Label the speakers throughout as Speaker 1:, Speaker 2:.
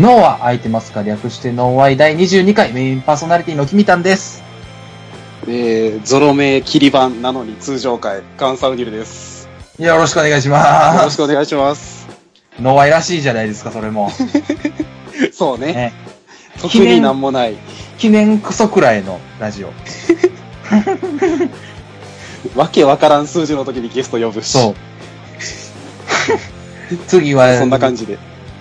Speaker 1: 脳は空いてますか略して脳愛第22回メインパーソナリティの君たんです。
Speaker 2: えー、ゾロ目切り版なのに通常回、カンサルギルです。
Speaker 1: よろしくお願いし
Speaker 2: よ
Speaker 1: ま
Speaker 2: ろ
Speaker 1: す。
Speaker 2: しくお願いします。
Speaker 1: 脳愛らしいじゃないですか、それ も。
Speaker 2: そうね。
Speaker 1: ね、
Speaker 2: 特になんもない。
Speaker 1: 記念クソくらいのラジオ。
Speaker 2: わけわからん数字の時にゲスト呼ぶし。
Speaker 1: そう。 次は、
Speaker 2: そんな感じで。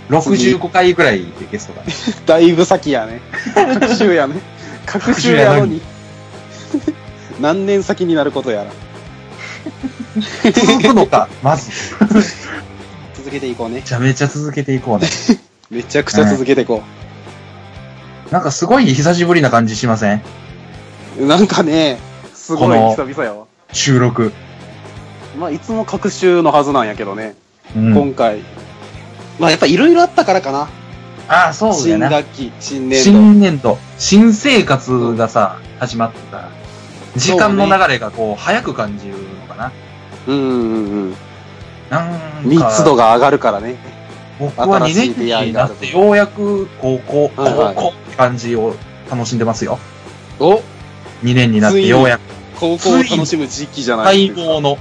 Speaker 1: 65回ぐらいでゲストが。
Speaker 2: だいぶ先やね。各週 やね。各週やのに。何年先になることやら。
Speaker 1: 続くのか、まず。
Speaker 2: 続けていこうね
Speaker 1: め。ちゃめちゃ続けていこうね。
Speaker 2: めちゃくちゃ続けていこ
Speaker 1: なんかすごい久しぶりな感じしません
Speaker 2: う。なんかね、すごい
Speaker 1: こ
Speaker 2: 久々やわ。
Speaker 1: 収録。
Speaker 2: まあ、いつも各週のはずなんやけどね。
Speaker 1: うん。
Speaker 2: 今回。まあ、やっぱいろいろあったからかな。
Speaker 1: ああ、そうだ
Speaker 2: 新
Speaker 1: よな。
Speaker 2: 学期、新年度。
Speaker 1: 新年度、新生活がさ、始まった。時間の流れがこう、早く感じるのかな。
Speaker 2: うんうんうん。
Speaker 1: なんか、
Speaker 2: 密度が上がるからね。
Speaker 1: 僕は2
Speaker 2: 新し
Speaker 1: 年生
Speaker 2: い出会
Speaker 1: に
Speaker 2: いが
Speaker 1: な
Speaker 2: あ
Speaker 1: っ
Speaker 2: る
Speaker 1: て、ようやく高校、
Speaker 2: はいは
Speaker 1: 高
Speaker 2: い
Speaker 1: 校って感じを楽しんでますよ。
Speaker 2: お
Speaker 1: 2年になってようやく、
Speaker 2: 高校を楽しむ時期じゃない
Speaker 1: 待
Speaker 2: ですか。
Speaker 1: 望の、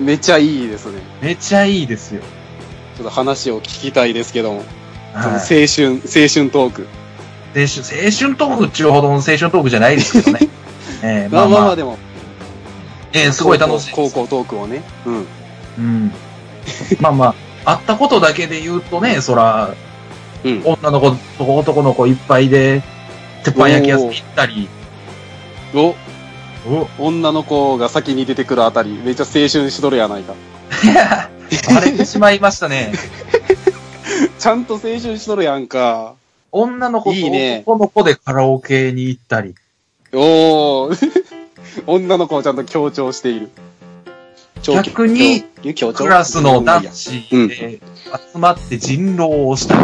Speaker 2: めちゃいいですね。
Speaker 1: めちゃいいですよ。
Speaker 2: ちょっと話を聞きたいですけども。その青
Speaker 1: はい
Speaker 2: 春、青春トーク。
Speaker 1: 青春、青春トークっちゅうほどの青春トークじゃないですけど ね。えー、ま
Speaker 2: まあ
Speaker 1: あ
Speaker 2: まあ
Speaker 1: ま
Speaker 2: ま
Speaker 1: あ
Speaker 2: あ、でも、
Speaker 1: えー、すごい楽しいです
Speaker 2: 高校高校トークをね。うん。
Speaker 1: うん。まあまあ、会ったことだけで言うとね、そら、
Speaker 2: うん。
Speaker 1: 女の子と男の子いっぱいで、鉄板焼き屋さん行ったり、
Speaker 2: お、
Speaker 1: お
Speaker 2: 女の子が先に出てくるあたり、めっちゃ青春しとるやないか。
Speaker 1: 荒れてしまいましたね。
Speaker 2: ちゃんと青春しとるやんか。
Speaker 1: 女の子と
Speaker 2: いいね
Speaker 1: 男の子でカラオケに行ったり。
Speaker 2: おー。 女の子をちゃんと強調している。
Speaker 1: 逆に
Speaker 2: 強強調、
Speaker 1: クラスの男子
Speaker 2: うん
Speaker 1: で集まって人狼をしたり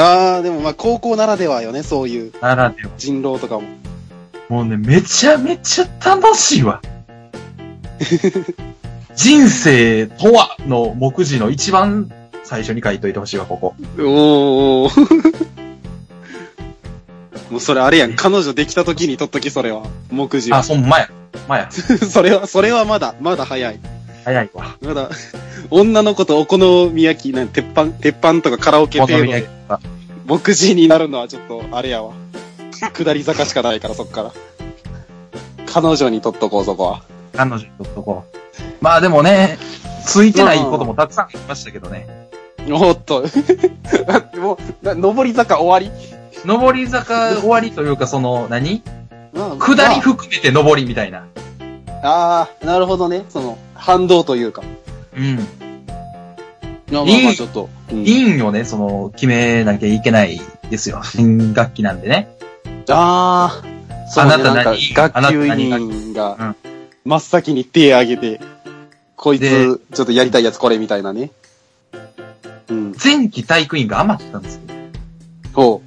Speaker 2: ああ、でもまあ高校ならではよね、そういう
Speaker 1: ならでは。
Speaker 2: 人狼とかも。
Speaker 1: もうね、めちゃめちゃ楽しい わ。人生とはの目次の一番最初に書いといてほしいわ、ここ。
Speaker 2: おお。 もうそれあれやん、彼女できた時に取っとき、それは。目次
Speaker 1: あ、
Speaker 2: は。
Speaker 1: そんまや。まや。
Speaker 2: それは、それはまだ、まだ早い。
Speaker 1: 早いわ。
Speaker 2: まだ、 女の子とお好み焼き、なん鉄板、鉄板とかカラオケ
Speaker 1: お好
Speaker 2: 程度
Speaker 1: み焼き、
Speaker 2: で
Speaker 1: か
Speaker 2: 目次になるのはちょっと、あれやわ。下り坂しかないから、そっから。彼女に取っとこう、そこは。
Speaker 1: 彼女にとっとこう。まあでもね、ついてないこともたくさんありましたけどね。
Speaker 2: おっと。 もう、な上り坂終わり
Speaker 1: 上り坂終わりというか、その、何
Speaker 2: うん
Speaker 1: 下り含めて上りみたいな。
Speaker 2: ああ、なるほどね。その、反動というか。
Speaker 1: うん。
Speaker 2: ま
Speaker 1: いい
Speaker 2: あまあまあちょっと。うん
Speaker 1: インをね、その、決めなきゃいけないですよ。新学期なんでね。
Speaker 2: ああ、そうね、
Speaker 1: あなた
Speaker 2: なんか
Speaker 1: 何あな
Speaker 2: 学
Speaker 1: た
Speaker 2: 級委
Speaker 1: 何
Speaker 2: 員
Speaker 1: う
Speaker 2: が
Speaker 1: ん、
Speaker 2: 真っ先に手挙げて、こい
Speaker 1: で
Speaker 2: つ、ちょっとやりたいやつこれみたいなね。うん。
Speaker 1: 前期体育委員が余ってたんですよ。
Speaker 2: そ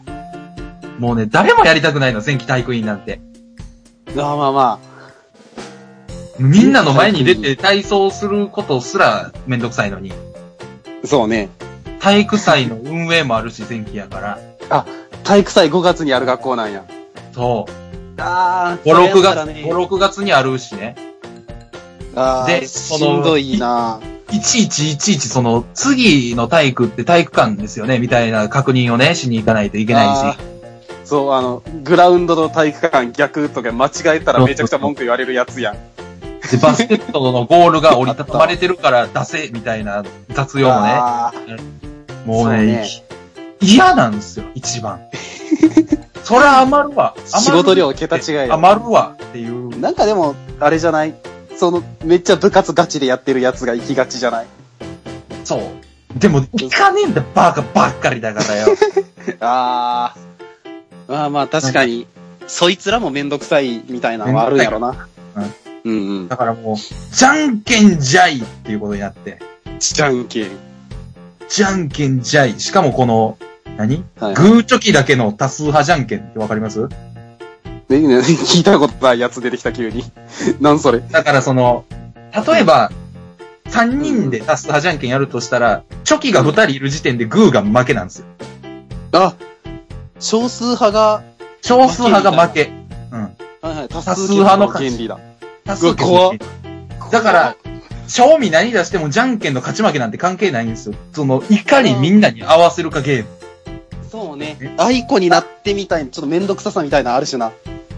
Speaker 1: もうね、誰もやりたくないの、前期体育委員なんて。
Speaker 2: う。まあまあまあ。
Speaker 1: みんなの前に出て体操することすらめんどくさいのに。
Speaker 2: そうね。
Speaker 1: 体育祭の運営もあるし、前期やから。
Speaker 2: 体育祭5月にある学校なんや。
Speaker 1: そう。
Speaker 2: ああ、
Speaker 1: 5、6
Speaker 2: それやったら
Speaker 1: 月、
Speaker 2: ね
Speaker 1: 5、6月にあるしね。
Speaker 2: あ
Speaker 1: で
Speaker 2: あ、
Speaker 1: そ
Speaker 2: し
Speaker 1: の
Speaker 2: んどいな。
Speaker 1: いちいちいちいちその、次の体育って体育館ですよね、みたいな確認をね、しに行かないといけないし。
Speaker 2: あーそう、あの、グラウンドの体育館逆とか間違えたらめちゃくちゃ文句言われるやつやん。
Speaker 1: で、バスケットのゴールが折りたたまれてるから出せ、みたいな雑用もね。
Speaker 2: あー
Speaker 1: もうね
Speaker 2: そうね
Speaker 1: 嫌なんですよ、一番。そりゃ余るわ。余る
Speaker 2: 仕事量桁違いや
Speaker 1: 余るわっていう。
Speaker 2: なんかでも、あれじゃないその、めっちゃ部活ガチでやってるやつが行きがちじゃない
Speaker 1: そう。でも、行かねえんだ、バカばっかりだからよ。
Speaker 2: あー。まあまあ確かに、そいつらもめんどくさいみたいなのはあるんやろな。うんうん。
Speaker 1: だからもう、じゃんけんじゃいっていうことになって。
Speaker 2: じゃんけん。
Speaker 1: じゃんけんじゃい。しかもこの、何
Speaker 2: はい。
Speaker 1: グーチョキだけの多数派じゃんけんってわかります
Speaker 2: でね聞いたことないやつ出てきた急に。 なんそれ。
Speaker 1: だからその、例えば、3人で多数派じゃんけんやるとしたら、チョキが2人いる時点でグーが負けなんですよ。
Speaker 2: あ、少数派が、
Speaker 1: 少数派が負け。うん。
Speaker 2: はいはい、多
Speaker 1: 数
Speaker 2: 数
Speaker 1: 派
Speaker 2: 派
Speaker 1: の
Speaker 2: の
Speaker 1: 勝
Speaker 2: 権
Speaker 1: ち
Speaker 2: 利だ。
Speaker 1: 多数決
Speaker 2: うわ怖っ
Speaker 1: だから、賞味何出してもじゃんけんの勝ち負けなんて関係ないんですよ。その、いかにみんなに合わせるかゲーム。
Speaker 2: そうね
Speaker 1: え。
Speaker 2: アイコになってみたいな、ちょっとめんどくささみたいなのあるしな。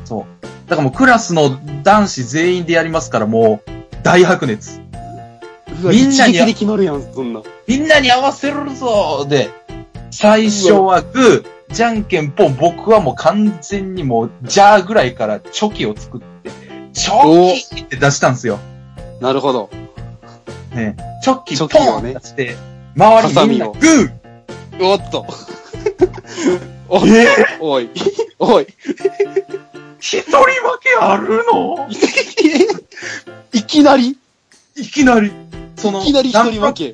Speaker 1: そう。だからもうクラスの男子全員でやりますからもう、大白熱。
Speaker 2: うわ
Speaker 1: みんなに
Speaker 2: 一撃で決まるやん、そんな。
Speaker 1: みんなに合わせるぞで、最初はグー、じゃんけんポン、僕はもう完全にもう、ジャーぐらいからチョキを作って、チョキって出したんですよ。
Speaker 2: なるほど。
Speaker 1: ね、チョキ
Speaker 2: チ
Speaker 1: ポ
Speaker 2: ョキを
Speaker 1: ン
Speaker 2: ね
Speaker 1: って出して、周りみんな
Speaker 2: ハサミを
Speaker 1: グー
Speaker 2: おっと。おい、おい、おい。
Speaker 1: 一人負けあるの
Speaker 2: いきなり、い
Speaker 1: いきなり、その、
Speaker 2: きなり一人負
Speaker 1: 何
Speaker 2: け。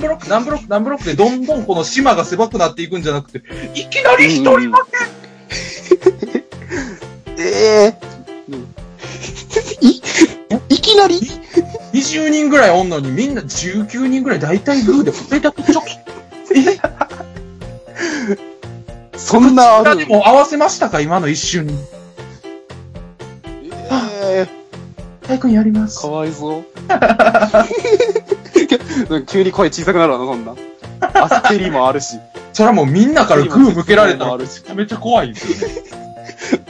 Speaker 1: ブロック、何ブロック、何ブロックでどんどんこの島が狭くなっていくんじゃなくて、いきなり一人負け
Speaker 2: ええい、いきなり
Speaker 1: 20人ぐらいおんのにみんな19人ぐらい大体グーで二人だけチョキ。え
Speaker 2: そんなあ
Speaker 1: あ
Speaker 2: る
Speaker 1: でも合わせましたか今の一瞬に。
Speaker 2: ええ
Speaker 1: 大君やります
Speaker 2: か。わいそう。 急に声小さくなるわな、そんな。焦りもあるし。
Speaker 1: そりゃもうみんなからグー向けられたらめちゃめちゃ怖いですよね。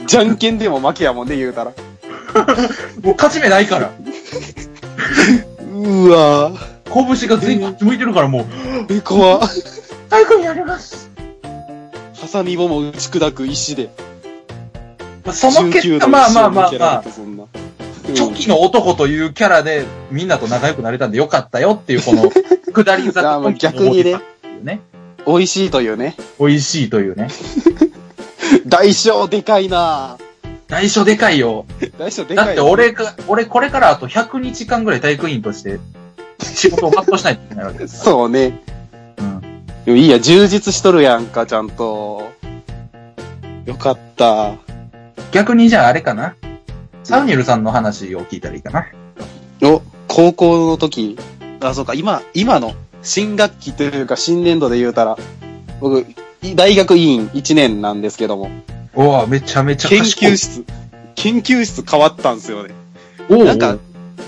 Speaker 2: じゃんけんでも負けやもんね、言うたら。
Speaker 1: もう勝ち目ないから。
Speaker 2: うわぁ。
Speaker 1: 拳が全員こっち向いてるからもう、
Speaker 2: え、怖っ
Speaker 1: 大君やります。
Speaker 2: ハサミ棒も打ち砕く石で。
Speaker 1: まあその結
Speaker 2: 19
Speaker 1: 果、
Speaker 2: 度
Speaker 1: まあ
Speaker 2: 石
Speaker 1: まあ
Speaker 2: を
Speaker 1: ま
Speaker 2: 向
Speaker 1: あ
Speaker 2: け
Speaker 1: ま
Speaker 2: ら
Speaker 1: あ
Speaker 2: れ、てそんな。
Speaker 1: チョキの男というキャラでみんなと仲良くなれたんでよかったよっていう この、下り坂
Speaker 2: あまあ逆にね。
Speaker 1: ね。
Speaker 2: 美味しいというね。
Speaker 1: 美味しいというね。
Speaker 2: 大小でかいな
Speaker 1: 内緒でかいよ。
Speaker 2: ぁ。大小でかい
Speaker 1: だって俺が、俺これからあと100日間ぐらい体育員として仕事を全うしないといけないわけですか
Speaker 2: そうね。
Speaker 1: ら。うん。
Speaker 2: でもいいや、充実しとるやんか、ちゃんと。よかった。
Speaker 1: 逆にじゃああれかな。サウニルさんの話を聞いたらいいかな。
Speaker 2: お、高校の時。あ、そうか、今、今の新学期というか新年度で言うたら、僕、い大学委員1年なんですけども、
Speaker 1: おおめちゃめちゃ
Speaker 2: 研
Speaker 1: 賢い。
Speaker 2: 究室、研究室変わったんですよね。
Speaker 1: おう
Speaker 2: なんか、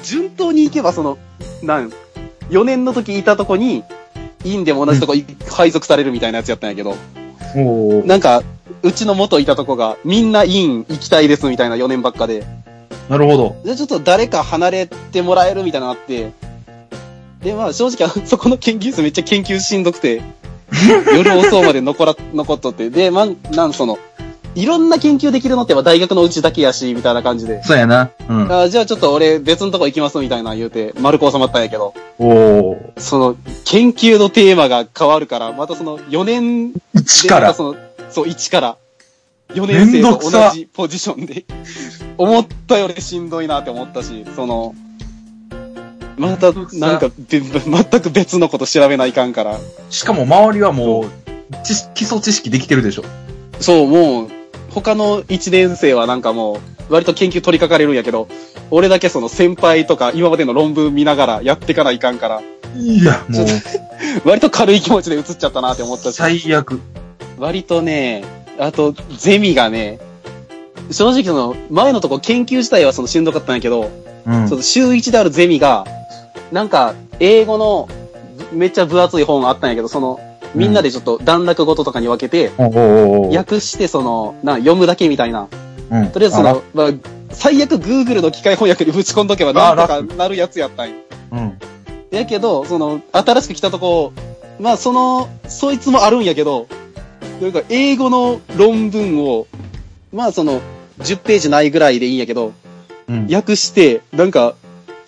Speaker 2: 順当に行けばその、なん、4年の時いたとこに、院でも同じとこい配属されるみたいなやつやったんやけど、
Speaker 1: おうおうな
Speaker 2: なんか、うちの元いたとこが、みんな院行きたいですみたいな4年ばっかで、
Speaker 1: なるほど。
Speaker 2: で、ちょっと誰か離れてもらえるみたいなのあって、で、まあ正直、あのそこの研究室めっちゃ研究しんどくて、 夜遅うまで残ら、残っとって、で、まん、なんその、いろんな研究できるのってやっぱ大学のうちだけやし、みたいな感じで。
Speaker 1: そうやな。うん。
Speaker 2: あじゃあちょっと俺別のとこ行きますみたいなの言うて、丸く収まったんやけど、
Speaker 1: おお
Speaker 2: その、研究のテーマが変わるから、またその4年で、
Speaker 1: 一
Speaker 2: ま
Speaker 1: か
Speaker 2: た
Speaker 1: ら。
Speaker 2: その、そう、一から。4年生と同じポジションで。思ったよりしんどいなって思ったし、その、また、
Speaker 1: めんどくさ
Speaker 2: なんか、べ全く別のこと調べないかんから。
Speaker 1: しかも周りはもう、知識基礎知識できてるでしょ。
Speaker 2: そう、もう、他の1年生はなんかもう、割と研究取り掛かれるんやけど、俺だけその先輩とか今までの論文見ながらやってかないかんから、
Speaker 1: いや、もう、
Speaker 2: 割と軽い気持ちで移っちゃったなって思ったし。
Speaker 1: 最悪。
Speaker 2: 割とね、あと、ゼミがね、正直その、前のとこ研究自体はそのしんどかったんやけど、
Speaker 1: うん
Speaker 2: そ。の週1であるゼミが、なんか、英語の、めっちゃ分厚い本があったんやけど、その、みんなでちょっと段落ごととかに分けて、
Speaker 1: おうおうおう
Speaker 2: 訳してその、な、読むだけみたいな。
Speaker 1: うん
Speaker 2: とりあえずその、まあ、最悪 Google の機械翻訳にぶち込んどけばなんと
Speaker 1: あ
Speaker 2: か
Speaker 1: 楽
Speaker 2: なるやつやったんや。
Speaker 1: あうん。
Speaker 2: やけど、その、新しく来たとこ、まあ、その、そいつもあるんやけど、なんか、英語の論文を、まあ、その、10ページないぐらいでいいんやけど、
Speaker 1: うん。
Speaker 2: 訳して、なんか、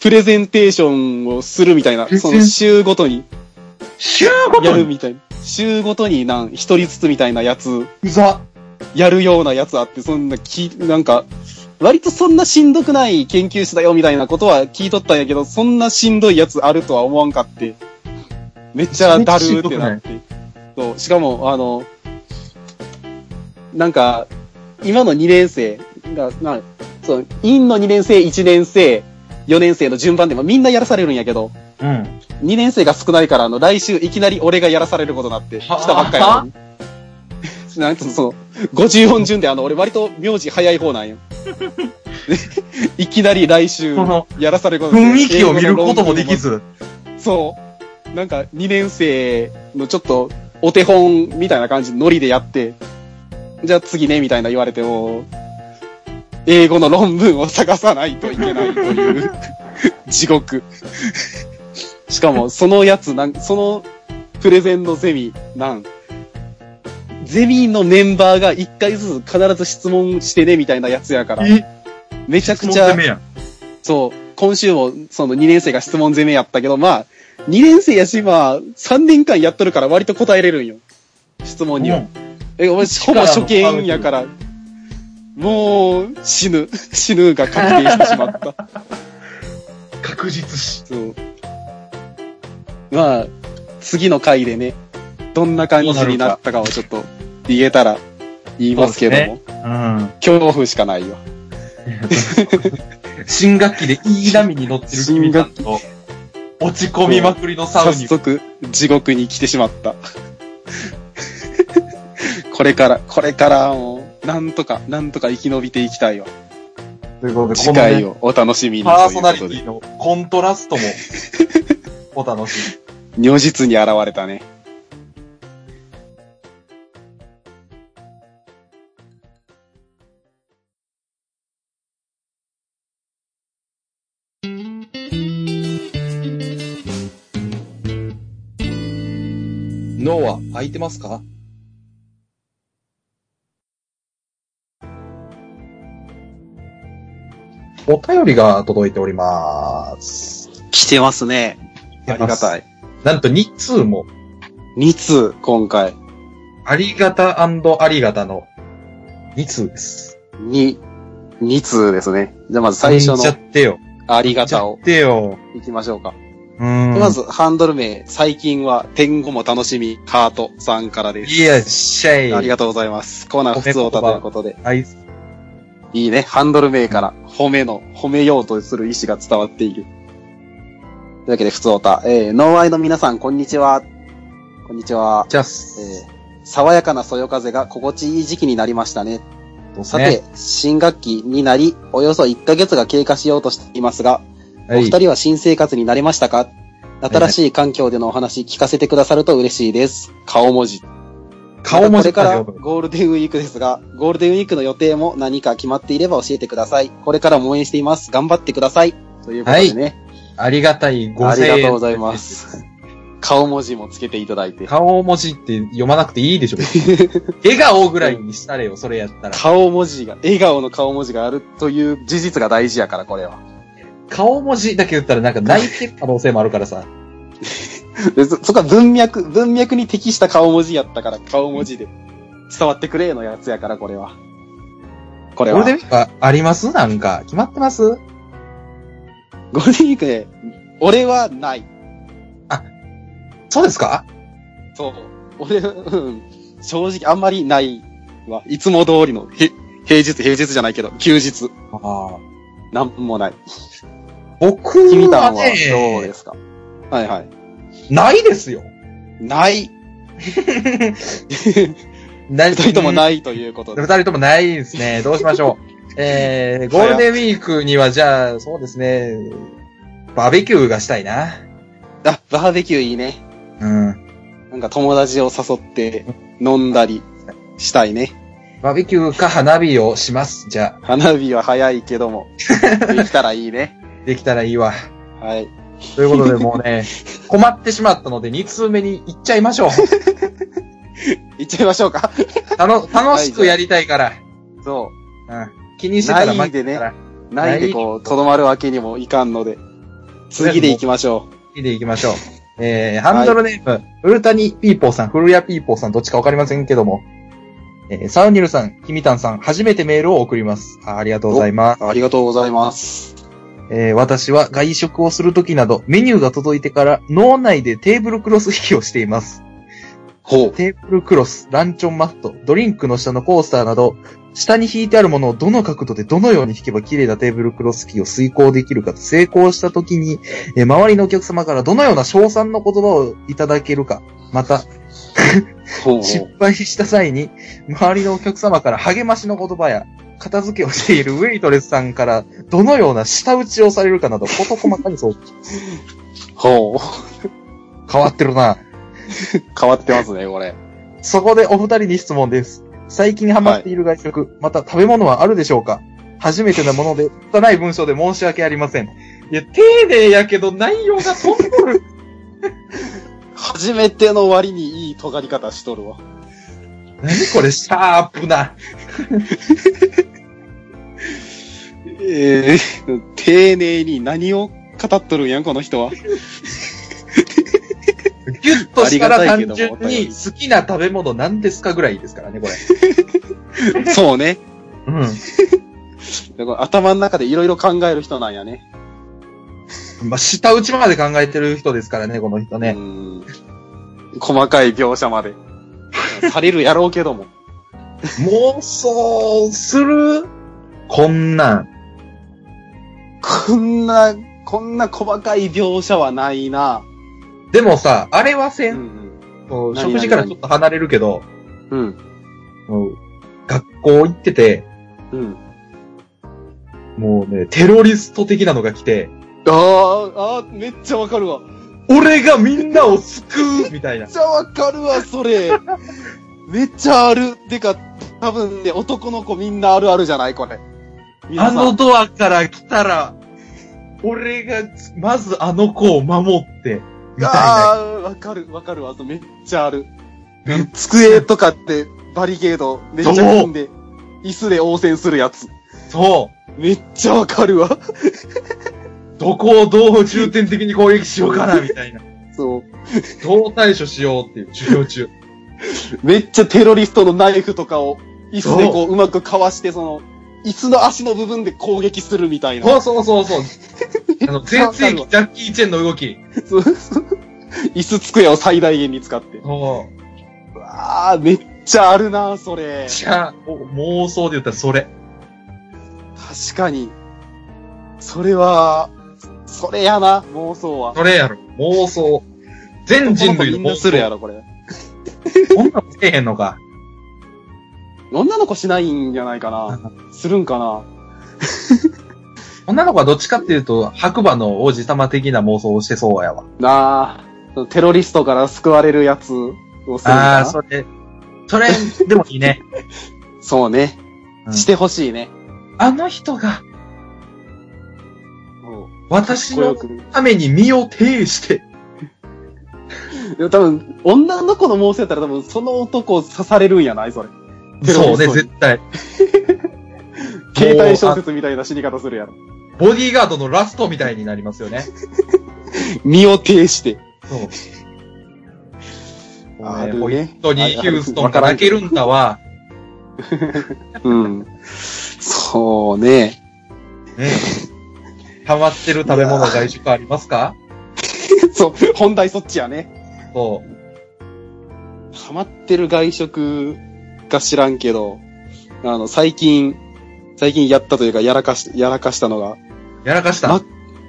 Speaker 2: プレゼンテーションをするみたいな、
Speaker 1: プレゼ
Speaker 2: そ
Speaker 1: ン
Speaker 2: の週ごとに
Speaker 1: 週ご
Speaker 2: や
Speaker 1: と
Speaker 2: る
Speaker 1: に
Speaker 2: みたいな。週ごとになん、一人ずつみたいなやつ、
Speaker 1: うざ。
Speaker 2: やるようなやつあって、そんなき、なんか、割とそんなしんどくない研究室だよみたいなことは聞いとったんやけど、そんなしんどいやつあるとは思わんかって、めっちゃだるーってなって。そう、しかも、あの、なんか、今の2年生が、まあ、そう、院の2年生、1年生、4年生の順番で、まあ、みんなやらされるんやけど、
Speaker 1: うん。
Speaker 2: 2年生が少ないから、あの、来週いきなり俺がやらされることになって、来たばっかりなのに。なんつうの、その、50音順で、あの、俺割と名字早い 方なんよ。でいきなり来週
Speaker 1: その、
Speaker 2: やらされることになっ
Speaker 1: 雰
Speaker 2: て
Speaker 1: 囲気を見ることもでき。ず、
Speaker 2: そう。なんか、2年生のちょっと、お手本みたいな感じでノリでやって、じゃあ次ね、みたいな言われても、英語の論文を探さないといけないという 地獄。しかも、そのやつなん、そのプレゼンのゼミなん、ゼミのメンバーが一回ずつ必ず質問してね、みたいなやつやから、
Speaker 1: え
Speaker 2: めちゃく
Speaker 1: 質問
Speaker 2: ちゃ
Speaker 1: 攻めやん。
Speaker 2: そう、今週もその2年生が質問攻めやったけど、まあ、2年生やし、まあ、3年間やっとるから割と答えれるんよ。質問には。
Speaker 1: も
Speaker 2: え、俺、ほぼ初見やから、もう、死ぬ、死ぬが確定してしまった。
Speaker 1: う確実し。
Speaker 2: そう。まあ、次の回でね、どんな感じになったかをちょっと言えたら言いますけども、
Speaker 1: うん。
Speaker 2: 恐怖しかないよ。
Speaker 1: 新学期でいい波に乗ってる君たちと、落ち込みまくりのサウ
Speaker 2: 早
Speaker 1: に、
Speaker 2: 速、地獄に来てしまった。 これから、これからもう、なんとか、なんとか生き延びていきたいわ。
Speaker 1: ということで
Speaker 2: 次
Speaker 1: この
Speaker 2: 回
Speaker 1: ね
Speaker 2: をお楽しみにと
Speaker 1: パー
Speaker 2: いう
Speaker 1: ソ
Speaker 2: こ
Speaker 1: ナリテ
Speaker 2: とで
Speaker 1: ィ。のコントラストも、お楽しみに。
Speaker 2: 如実に現れたね。
Speaker 1: 脳は空いてますかお便りが届いております。
Speaker 2: 来てますね。ありがた
Speaker 1: い。
Speaker 2: い。
Speaker 1: なんと2通も、
Speaker 2: 2通、今回。
Speaker 1: ありがたありがたの2通です。
Speaker 2: 2、2通ですね。じゃあまず最初
Speaker 1: 飛んじゃっ
Speaker 2: の
Speaker 1: てよ。
Speaker 2: ありが
Speaker 1: 飛んじ
Speaker 2: た
Speaker 1: ゃ
Speaker 2: を
Speaker 1: ってよ。
Speaker 2: いきましょうか。
Speaker 1: うん。
Speaker 2: まず、ハンドル名、最近は、天後も楽しみ、カートさんからです。
Speaker 1: いらっしゃい。
Speaker 2: ありがとうございます。コーナー普通オタということで。
Speaker 1: はい。
Speaker 2: いいね。ハンドル名から、褒めの、褒めようとする意思が伝わっている。というわけで、普通おた。えー、ノーアイの皆さん、こんにちは。こんにちは。
Speaker 1: じゃあ、
Speaker 2: えー、爽やかなそよ風が心地いい時期になりましたね。さて、
Speaker 1: ね
Speaker 2: 新学期になり、およそ1ヶ月が経過しようとしていますが、お二人は新生活になりましたか新しい環境でのお話聞かせてくださると嬉しいです。顔文字。
Speaker 1: 顔文字
Speaker 2: これから
Speaker 1: よ
Speaker 2: ゴールデンウィークですが、ゴールデンウィークの予定も何か決まっていれば教えてください。これからも応援しています。頑張ってください。ということでね。
Speaker 1: ありがたいご
Speaker 2: あり
Speaker 1: 声援
Speaker 2: がとうございます。顔文字もつけていただいて。
Speaker 1: 顔文字って読まなくていい でしょ。別に笑顔ぐらいにしたれよ、それやったら。
Speaker 2: 顔文字が、笑顔の顔文字があるという事実が大事やから、これは。
Speaker 1: 顔文字だけ言ったらなんか泣いてる可能性もあるからさ。
Speaker 2: でそ、そこは文脈、文脈に適した顔文字やったから、顔文字で伝わってくれのやつやから、これは。これは。
Speaker 1: ゴールデンウィークはありますなんか、決まってます
Speaker 2: ゴールデンウィークで、俺はない。
Speaker 1: そうですか
Speaker 2: そう。俺、うん、正直あんまりないわ。いつも通りの、へ、平日、平日じゃないけど、休日。
Speaker 1: ああ。
Speaker 2: なんもない。
Speaker 1: 僕
Speaker 2: 君た
Speaker 1: は
Speaker 2: んはどうで
Speaker 1: ね、
Speaker 2: すかはいはい。
Speaker 1: ないですよ。
Speaker 2: ない。
Speaker 1: 二
Speaker 2: 二人ともないということ
Speaker 1: うん。
Speaker 2: で。
Speaker 1: 二人ともないですね。どうしましょう。えー、ゴールデンウィークにはじゃあ、そうですね、バーベキューがしたいな。
Speaker 2: あ、バーベキューいいね。
Speaker 1: うん。
Speaker 2: なんか友達を誘って飲んだりしたいね。
Speaker 1: バーベキューか花火をします。じゃ
Speaker 2: 花火は早いけども、できたらいいね。
Speaker 1: あ、できたらいいわ。
Speaker 2: はい。
Speaker 1: ということで、もうね、困ってしまったので、2通目に行っちゃいましょう。
Speaker 2: 行っちゃいましょうか。
Speaker 1: たの楽しくやりたいから。
Speaker 2: そ
Speaker 1: うん。気にしてたら負けた
Speaker 2: な
Speaker 1: ら、
Speaker 2: う。ないでこう、とどまるわけにもいかんので、次で行きましょ
Speaker 1: 次で行きましょう。えー、ハンドルネーム、ウルタニピーポーさん、フルヤピーポーさん、どっちかわかりませんけども。えー、サウニルさん、キミタンさん、初めてメールを送ります。あありがとうございます。
Speaker 2: う。ありがとうございます。
Speaker 1: えー私は外食をするときなど、メニューが届いてから脳内でテーブルクロス引きをしています。
Speaker 2: ほう。
Speaker 1: テーブルクロス、ランチョンマット、ドリンクの下のコースターなど、下に引いてあるものをどの角度でどのように引けば綺麗なテーブルクロス機を遂行できるかと成功した時に、えー周りのお客様からどのような賞賛の言葉をいただけるか、また、
Speaker 2: ほう
Speaker 1: 失敗した際に、周りのお客様から励ましの言葉や、片付けをしているウェイトレスさんから、どのような舌打ちをされるかなど、事細かにそう、
Speaker 2: ほう。
Speaker 1: 変わってるな。
Speaker 2: 変わってますね、これ。
Speaker 1: そこでお二人に質問です。最近ハマっている外食、また食べ物はあるでしょうか初めてのもの で、拙い文章で申し訳ありません。いや、丁寧やけど内容が飛んどる。
Speaker 2: 初めての割にいい尖り方しとるわ。
Speaker 1: 何これ、シャープな。
Speaker 2: ええ丁寧に何を語っとるんやん、この 人は。
Speaker 1: ギュッとしたら
Speaker 2: ありがたいけ
Speaker 1: 単
Speaker 2: ど
Speaker 1: 純
Speaker 2: お便
Speaker 1: に
Speaker 2: り
Speaker 1: 好きな食べ物何ですかぐらいですからね、 これ。
Speaker 2: そうね。
Speaker 1: う
Speaker 2: だから頭の中でいろいろ考える人なんやね。
Speaker 1: ん。まあ、下打ちまで考えてる人ですからね、この人
Speaker 2: う
Speaker 1: ね。
Speaker 2: ん。細かい描写まで。されるやろうけども。
Speaker 1: 妄想するこんなん。
Speaker 2: こんな、こんな細かい描写はないな。
Speaker 1: でもさ、あれはせ、
Speaker 2: うんん。
Speaker 1: その
Speaker 2: 何
Speaker 1: 食事からちょっと離れるけど、
Speaker 2: うん。
Speaker 1: もう学校行ってて、
Speaker 2: うん。
Speaker 1: もうね、テロリスト的なのが来て、
Speaker 2: ああ、あーめっちゃわかるわ。めっ
Speaker 1: 俺がみんなを救うみたいな。
Speaker 2: ちゃわかるわ、そ れ。めっちゃある。てか、多分ね、男の子みんなあるあるじゃないこれ。皆
Speaker 1: あ
Speaker 2: さん
Speaker 1: のドアから来たら、俺がまずあの子を守って、みたいな。
Speaker 2: ああ、わかる、わかるわ。めっちゃある。机とかってバリケードめっちゃ組んで、椅子で応戦するやつ。
Speaker 1: そう。
Speaker 2: めっちゃわかるわ。
Speaker 1: どこをどう重点的に攻撃しようかな、みたいな。
Speaker 2: そう。
Speaker 1: どう対処しようっていう授業中。
Speaker 2: めっちゃテロリストのナイフとかを、椅子でこううまくかわして、その、椅子の足の部分で攻撃するみたいな。
Speaker 1: そうそうそうそう。あの、全盛期ジャッキー・チェンの動き。
Speaker 2: そう椅子机を最大限に使って。
Speaker 1: そう。
Speaker 2: うわあ、めっちゃあるな、それ。
Speaker 1: じゃあ、お妄想で言ったらそれ。
Speaker 2: 確かに。それは、それやな、妄想は。
Speaker 1: それやろ。妄想。全人類の
Speaker 2: みんな
Speaker 1: 妄
Speaker 2: するや
Speaker 1: 想。
Speaker 2: ろ、これ。
Speaker 1: こんなのせえへんのか。
Speaker 2: 女の子しないんじゃないかな。するんかな。
Speaker 1: 女の子はどっちかっていうと、白馬の王子様的な妄想をしてそうやわ。
Speaker 2: なあ、テロリストから救われるやつをするん
Speaker 1: あ
Speaker 2: か
Speaker 1: あ、
Speaker 2: な。
Speaker 1: それ。それ、 でもいいね。
Speaker 2: そうね。
Speaker 1: うん
Speaker 2: してほしいね。
Speaker 1: あの人が、私
Speaker 2: こよ
Speaker 1: の
Speaker 2: く。
Speaker 1: ために身を挺して、
Speaker 2: でも多分、女の子の妄想やったら多分、その男を刺されるんやないそれ。テロ
Speaker 1: そ
Speaker 2: リストに
Speaker 1: うね、絶対。
Speaker 2: 携帯小説みたいな死に方するやろ。
Speaker 1: ボディーガードのラストみたいになりますよね。
Speaker 2: 身を挺して。
Speaker 1: そう。
Speaker 2: あ
Speaker 1: ね
Speaker 2: るね
Speaker 1: ホイットニー・ヒューストンが泣けるんだわ。
Speaker 2: うん。そうね。
Speaker 1: ねえ溜まってる食べ物外食ありますか
Speaker 2: そう、本題そっちやね。
Speaker 1: そう。
Speaker 2: ハマってる外食か知らんけど、あの、最近、最近やったというか、やらかし、やらかしたのが、
Speaker 1: やらかした。
Speaker 2: ま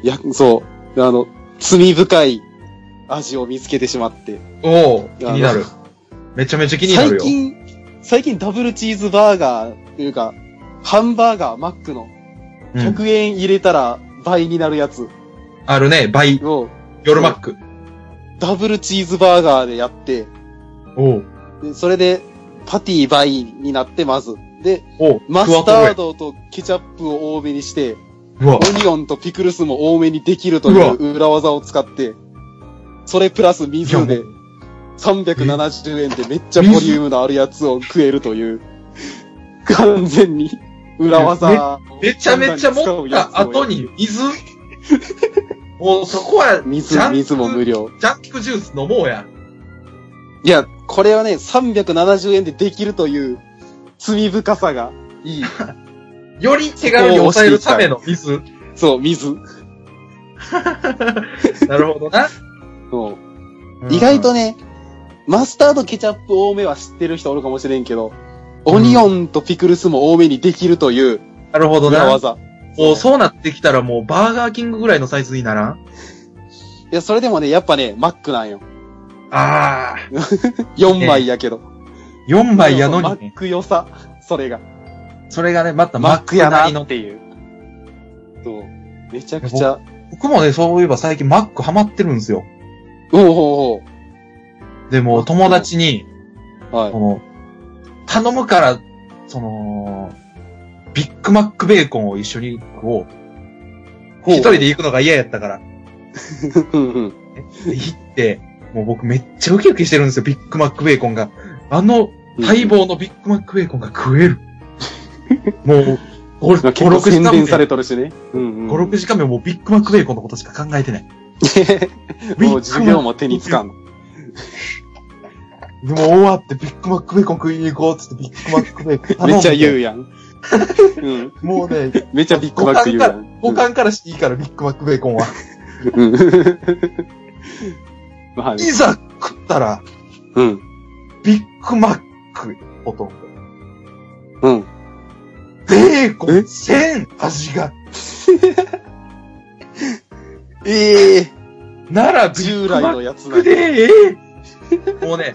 Speaker 2: いや、そう、あの、罪深い味を見つけてしまって。
Speaker 1: おお気にな
Speaker 2: あ
Speaker 1: る
Speaker 2: の。
Speaker 1: めちゃめちゃ気になるよ
Speaker 2: 最。近、最近ダブルチーズバーガーというか、ハンバーガー、マックの
Speaker 1: うん、
Speaker 2: 100円入れたら倍になるやつ
Speaker 1: あるね、倍、
Speaker 2: を
Speaker 1: 夜マック。
Speaker 2: ダブルチーズバーガーでやって、
Speaker 1: おう
Speaker 2: でそれでパティ倍になってまず。で、
Speaker 1: おう
Speaker 2: マ
Speaker 1: クワ
Speaker 2: ス
Speaker 1: ト
Speaker 2: タ
Speaker 1: ロ
Speaker 2: ードとケチャップを多めにして、
Speaker 1: うわ
Speaker 2: オ、ニオンとピクルスも多めにできるという裏技を使って、それプラス水
Speaker 1: い
Speaker 2: で
Speaker 1: やも
Speaker 2: 370円でめっちゃボリュームのあるやつを食えるという、完全に裏技を
Speaker 1: めちゃめちゃ持った後に 水もうそこは、ジ
Speaker 2: 水
Speaker 1: ャ、ンク
Speaker 2: 水も無料。
Speaker 1: ジャックジュース飲もうや。
Speaker 2: いや、これはね、370円でできるという、罪深さがいい。
Speaker 1: より手軽に抑えるための水。
Speaker 2: そう、水。
Speaker 1: なるほどな。
Speaker 2: そう 意外とね、マスタードケチャップ多めは知ってる人おるかもしれんけど、オニオンとピクルスも多めにできるという
Speaker 1: なるほど
Speaker 2: 裏
Speaker 1: な。
Speaker 2: 技。
Speaker 1: もうそうなってきたらもうバーガーキングぐらいのサイズにならん
Speaker 2: いや、それでもね、やっぱね、マックなんよ。
Speaker 1: ああ、
Speaker 2: 4枚やけど。
Speaker 1: 4枚やの
Speaker 2: マ
Speaker 1: に
Speaker 2: ッ
Speaker 1: ね、
Speaker 2: ク良さ。それが。
Speaker 1: それがね、またマックや
Speaker 2: や
Speaker 1: な
Speaker 2: な
Speaker 1: りの
Speaker 2: っ。ていう。そう。めちゃくちゃ。
Speaker 1: 僕もね、そういえば最近マックハマってるんですよ。
Speaker 2: おうおう
Speaker 1: でも、友達に、
Speaker 2: おうはい
Speaker 1: そ。の、頼むから、その、ビッグマックベーコンを一緒に食おう。
Speaker 2: ほう
Speaker 1: 一人で行くのが嫌やったから。
Speaker 2: うんうん。
Speaker 1: で行って、もう僕めっちゃウキウキしてるんですよ、ビッグマックベーコンが。あの、待望のビッグマックベーコンが食える。もう、5、
Speaker 2: まあ
Speaker 1: 6
Speaker 2: 結構
Speaker 1: 時
Speaker 2: 宣
Speaker 1: 間
Speaker 2: 伝さ
Speaker 1: 目。
Speaker 2: れとるしね。うんうん。
Speaker 1: 5、6時間目はもうビッグマックベーコンのことしか考えてない。
Speaker 2: もう授業も手につかん。
Speaker 1: でも終わってビッグマックベーコン食いに行こうっつってビッグマックベーコン頼んで。
Speaker 2: めっちゃ言うやん。うん。
Speaker 1: もうね、
Speaker 2: めっちゃビッグバック言うやん。
Speaker 1: 五感からしていいからビッグマックベーコンは。
Speaker 2: うんうん。まあ
Speaker 1: い、ざ食ったら、
Speaker 2: うん。
Speaker 1: ビッグマック、ほとんど。
Speaker 2: うん。
Speaker 1: ベーコン
Speaker 2: え
Speaker 1: 千味が。
Speaker 2: ええ
Speaker 1: ならビッ
Speaker 2: 従
Speaker 1: グ
Speaker 2: 来
Speaker 1: マ
Speaker 2: の
Speaker 1: ッ
Speaker 2: やつ
Speaker 1: ク
Speaker 2: なんや
Speaker 1: で、ええもうね、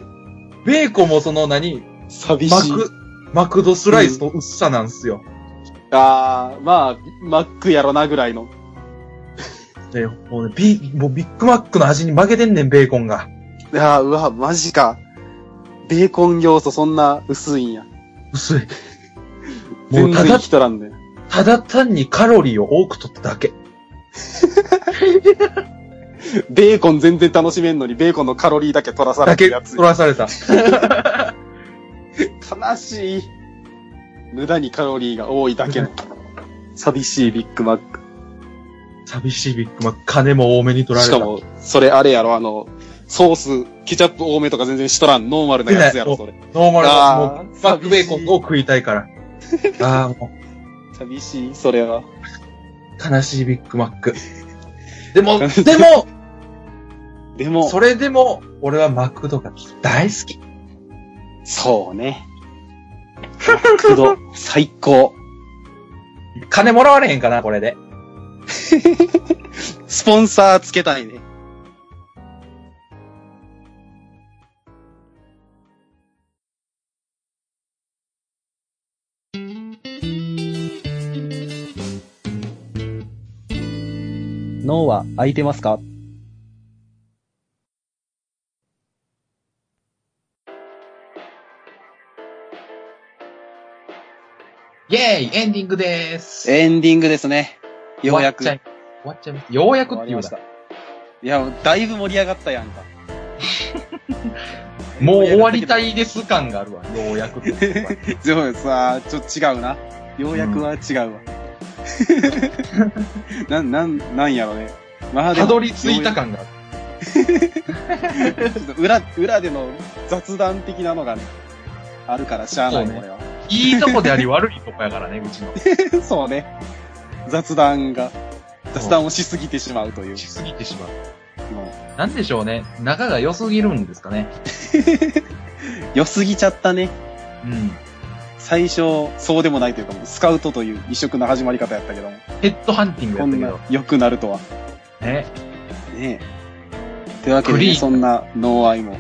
Speaker 1: ベーコンもその何、
Speaker 2: 寂
Speaker 1: マ
Speaker 2: しい。
Speaker 1: ク、マクドスライスの薄さなんすよ。
Speaker 2: ああ、まあ、マックやろなぐらいの。
Speaker 1: で、もうね、ビ、もうビッグマックの味に負けてんねん、ベーコンが。
Speaker 2: ああ、うわ、マジか。ベーコン要素そんな薄いんや。
Speaker 1: 薄い。も
Speaker 2: 全
Speaker 1: うた
Speaker 2: 然
Speaker 1: だ
Speaker 2: 生きとらんね。
Speaker 1: ただ単にカロリーを多く取っただけ。
Speaker 2: ベーコン全然楽しめんのに、ベーコンのカロリーだけ取らされ
Speaker 1: だ
Speaker 2: て
Speaker 1: け
Speaker 2: るやつ
Speaker 1: 取。らされた。
Speaker 2: 悲しい。無駄にカロリーが多いだ けの。寂しいビッグマック。
Speaker 1: 寂しいビッグマック。金も多めに取ら
Speaker 2: し
Speaker 1: れた。
Speaker 2: かも、それあれやろ、あの、ソース、ケチャップ多めとか全然しとらん、ノーマルなやつやろ、
Speaker 1: 出
Speaker 2: それ。
Speaker 1: ノーマル
Speaker 2: あ
Speaker 1: は
Speaker 2: ー
Speaker 1: もう、バックベーコンを食いたいから。ああ、も
Speaker 2: 寂しい、それは。
Speaker 1: う、悲しいビッグマッ ク。でも、
Speaker 2: 悲しい
Speaker 1: でも、
Speaker 2: でも、
Speaker 1: それでも、俺はマクドが大好き。
Speaker 2: そうね。マクド、 最高。
Speaker 1: 金もらわれへんかな、これで。
Speaker 2: スポンサーつけたいね。脳は空いてますか
Speaker 1: イェーイエンディングでーす。
Speaker 2: エンディングですね。ようやく。
Speaker 1: 終わっちゃい終わっちゃいました。ようやくって言うな。
Speaker 2: た。いや、だいぶ盛り上がったやんか。
Speaker 1: もう終わりたいです感があるわ、ようやくって言うわ。
Speaker 2: でもさ、ちょっと違うな。ようやくは違うわ。 なん、なん、なんやろね。ま あで
Speaker 1: た
Speaker 2: も
Speaker 1: どり着いた感がある。
Speaker 2: ちょっと裏、裏での雑談的なのがね、あるからしゃあない、
Speaker 1: そうね
Speaker 2: これは。
Speaker 1: いいとこであり悪いとこやからね、うちの。
Speaker 2: そうね。雑談が、雑談をしすぎてしまうという。
Speaker 1: しすぎてしまう。
Speaker 2: もう
Speaker 1: なんでしょうね。仲が良すぎるんですかね。
Speaker 2: 良すぎちゃったね。
Speaker 1: うん。
Speaker 2: 最初、そうでもないというか、スカウトという異色な始まり方やったけども、
Speaker 1: ヘッドハンティングや
Speaker 2: こ
Speaker 1: っ
Speaker 2: ん
Speaker 1: たけ
Speaker 2: な
Speaker 1: ど。
Speaker 2: 良くなるとは。
Speaker 1: ね。
Speaker 2: ねえ。というわけで、
Speaker 1: クリー
Speaker 2: ね、
Speaker 1: ン
Speaker 2: そんな、ノーアイも、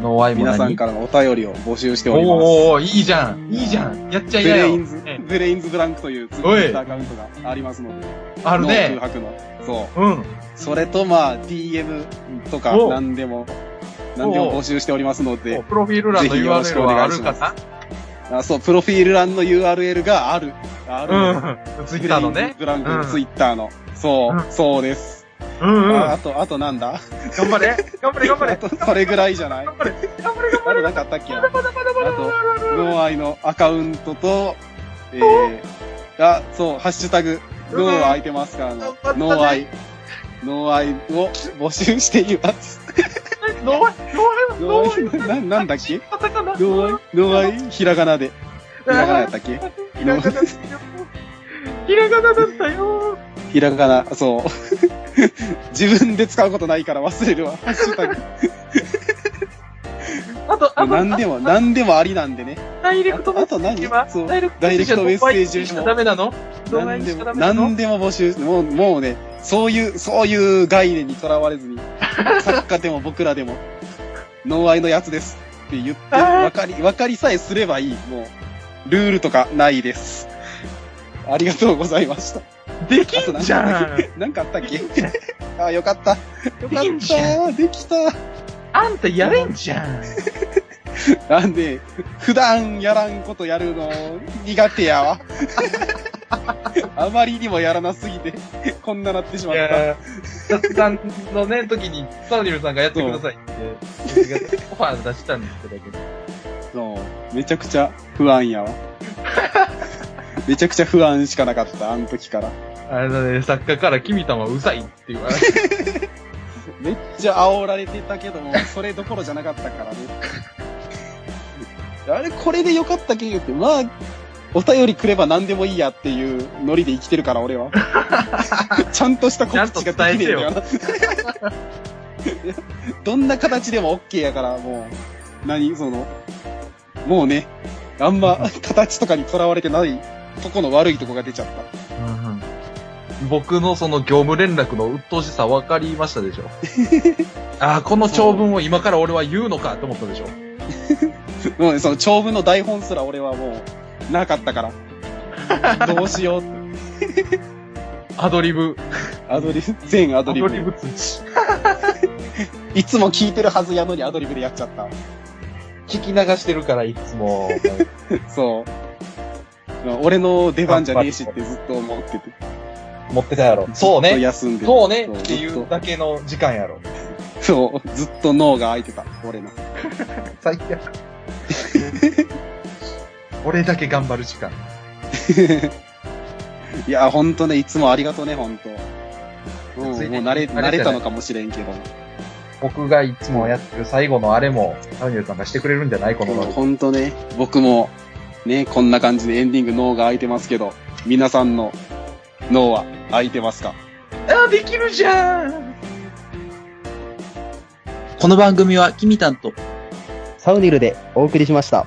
Speaker 1: ノーアイも
Speaker 2: 皆
Speaker 1: 何
Speaker 2: さんからのお便りを募集しております。
Speaker 1: おーおーいいじゃん。いいじゃん。やっちゃい
Speaker 2: ブ
Speaker 1: な
Speaker 2: レイ
Speaker 1: よ
Speaker 2: ン。ズ、
Speaker 1: ね
Speaker 2: ブレインズブランクというツイ
Speaker 1: おい
Speaker 2: ッターアカウントがありますので、
Speaker 1: ある
Speaker 2: 脳
Speaker 1: ね。
Speaker 2: 空白の。そう。
Speaker 1: うん。
Speaker 2: それとまあ、DM とか
Speaker 1: お
Speaker 2: 何でも、何でも募集しておりますので、
Speaker 1: プロフィール欄の
Speaker 2: ぜひよろし
Speaker 1: URL
Speaker 2: くお
Speaker 1: はあ
Speaker 2: 願い
Speaker 1: る
Speaker 2: し
Speaker 1: か
Speaker 2: ます
Speaker 1: な
Speaker 2: あそう、プロフィール欄の URL がある。ある。
Speaker 1: うん。ツイッターの
Speaker 2: グレイン
Speaker 1: ね
Speaker 2: ズ。ブランク
Speaker 1: う
Speaker 2: の
Speaker 1: ん
Speaker 2: ツイッターの。そう、
Speaker 1: う
Speaker 2: そうです。
Speaker 1: うんうん。
Speaker 2: ああ
Speaker 1: 頑
Speaker 2: と、あとなんだ
Speaker 1: 張れ。頑張れ、頑張
Speaker 2: あ
Speaker 1: れ。
Speaker 2: と、それぐらいじゃないあ
Speaker 1: 頑張れ。頑張れ、頑張
Speaker 2: と
Speaker 1: れ。
Speaker 2: なんかあったっけなあ
Speaker 1: まだまだまだまだまだま
Speaker 2: と、ノーアイのアカウントと、えー、が、そう、ハッシュタグ、ノーアイ空いてますからの
Speaker 1: 頑張った、ね
Speaker 2: ノーアイ、ノーアイを募集しています。
Speaker 1: だ。ノーアイ、ノーアイ、ノ
Speaker 2: ノ
Speaker 1: ーアイ。
Speaker 2: ーアイ、 な、なんだっけ
Speaker 1: カタカナ。
Speaker 2: ノーアイ、ノーアイ、ひらがなで。ひらがなやったっけ
Speaker 1: ひらがなだったよ。ひらがなだったよ。
Speaker 2: ひらがな、そう。 自分で使うことないから忘れるわ。ハッシュタグ。
Speaker 1: あと、あと、
Speaker 2: 何でも、何でもありなんでね。
Speaker 1: ダイレ
Speaker 2: あ
Speaker 1: クト
Speaker 2: とあと何そう。
Speaker 1: ダイレクトメッセージ
Speaker 2: ダイレクトメッセージも
Speaker 1: しかダメなのどない
Speaker 2: 何
Speaker 1: に
Speaker 2: で
Speaker 1: しか
Speaker 2: も、
Speaker 1: ダメなの
Speaker 2: 何でも募集もう、もうね、 そういう、そういう概念にとらわれずに、作家でも僕らでも、ノンアイのやつですって言って、わかり、わかりさえすればいい。もう、ルールとかないです。ありがとうございました。
Speaker 1: で
Speaker 2: あ
Speaker 1: き
Speaker 2: と
Speaker 1: ん
Speaker 2: なん
Speaker 1: じ
Speaker 2: かあ
Speaker 1: ゃ
Speaker 2: ったっ
Speaker 1: ん
Speaker 2: けなんかあったっけ あー、よかった。よか
Speaker 1: いい
Speaker 2: っ
Speaker 1: んじゃ
Speaker 2: た。できた。
Speaker 1: あんたやれんじゃん
Speaker 2: なんで、普段やらんことやるの苦手や わ。あまりにもやらなすぎて、こんななってしま
Speaker 1: い
Speaker 2: った。
Speaker 1: やー、雑談のね、時に、サウニルさんがやってくださいって、僕がオファー出したんですけど、
Speaker 2: そう。めちゃくちゃ不安やわ。めちゃくちゃ不安しかなかった、あの時から。
Speaker 1: あれだね、作家から君たまうざいって言われて、
Speaker 2: めっちゃ煽られてたけども、それどころじゃなかったからね。 あれ、これでよかったっけって、まあ、お便りくれば何でもいいやっていうノリで生きてるから、俺は。ちゃんとした告知ができねえんだよな。 どんな形でも OK やから、もう、何、その、もうね、あんま形とかにとらわれてないとこの悪いとこが出ちゃった。
Speaker 1: 僕のその業務連絡の鬱陶しさ分かりましたでしょああ、この長文を今から俺は言うのかと思ったでしょ
Speaker 2: もうねその長文の台本すら俺はもう、なかったから。どうしようって。
Speaker 1: アドリブ。
Speaker 2: アドリブ、全アドリブ。
Speaker 1: 通知。
Speaker 2: いつも聞いてるはずやのにアドリブでやっちゃった。
Speaker 1: 聞き流してるから、いつも。
Speaker 2: そう。まあ俺の出番じゃねえしってずっと思ってて。
Speaker 1: 持ってたや ろ。そう
Speaker 2: ずっと
Speaker 1: ね。
Speaker 2: 休んで。
Speaker 1: そうね。
Speaker 2: ず
Speaker 1: っ
Speaker 2: と
Speaker 1: ていうだけの時間やろ。
Speaker 2: そう。ずっと脳が空いてた。俺の。
Speaker 1: 最悪。俺だけ頑張る時間。
Speaker 2: いや、ほんとね、いつもありがとうね、ほんと。うん、もう
Speaker 1: ついでに
Speaker 2: 慣れ、
Speaker 1: 慣れてない
Speaker 2: 慣れたのかもしれんけど。
Speaker 1: 僕がいつもやってる最後のあれも、タウニルさんがしてくれるんじゃないこの、
Speaker 2: ほんとね、僕も、ね、こんな感じでエンディング脳が空いてますけど、皆さんの脳は空いてますか
Speaker 1: あ、できるじゃん
Speaker 3: この番組は、キミタンと、
Speaker 4: サウニルでお送りしました。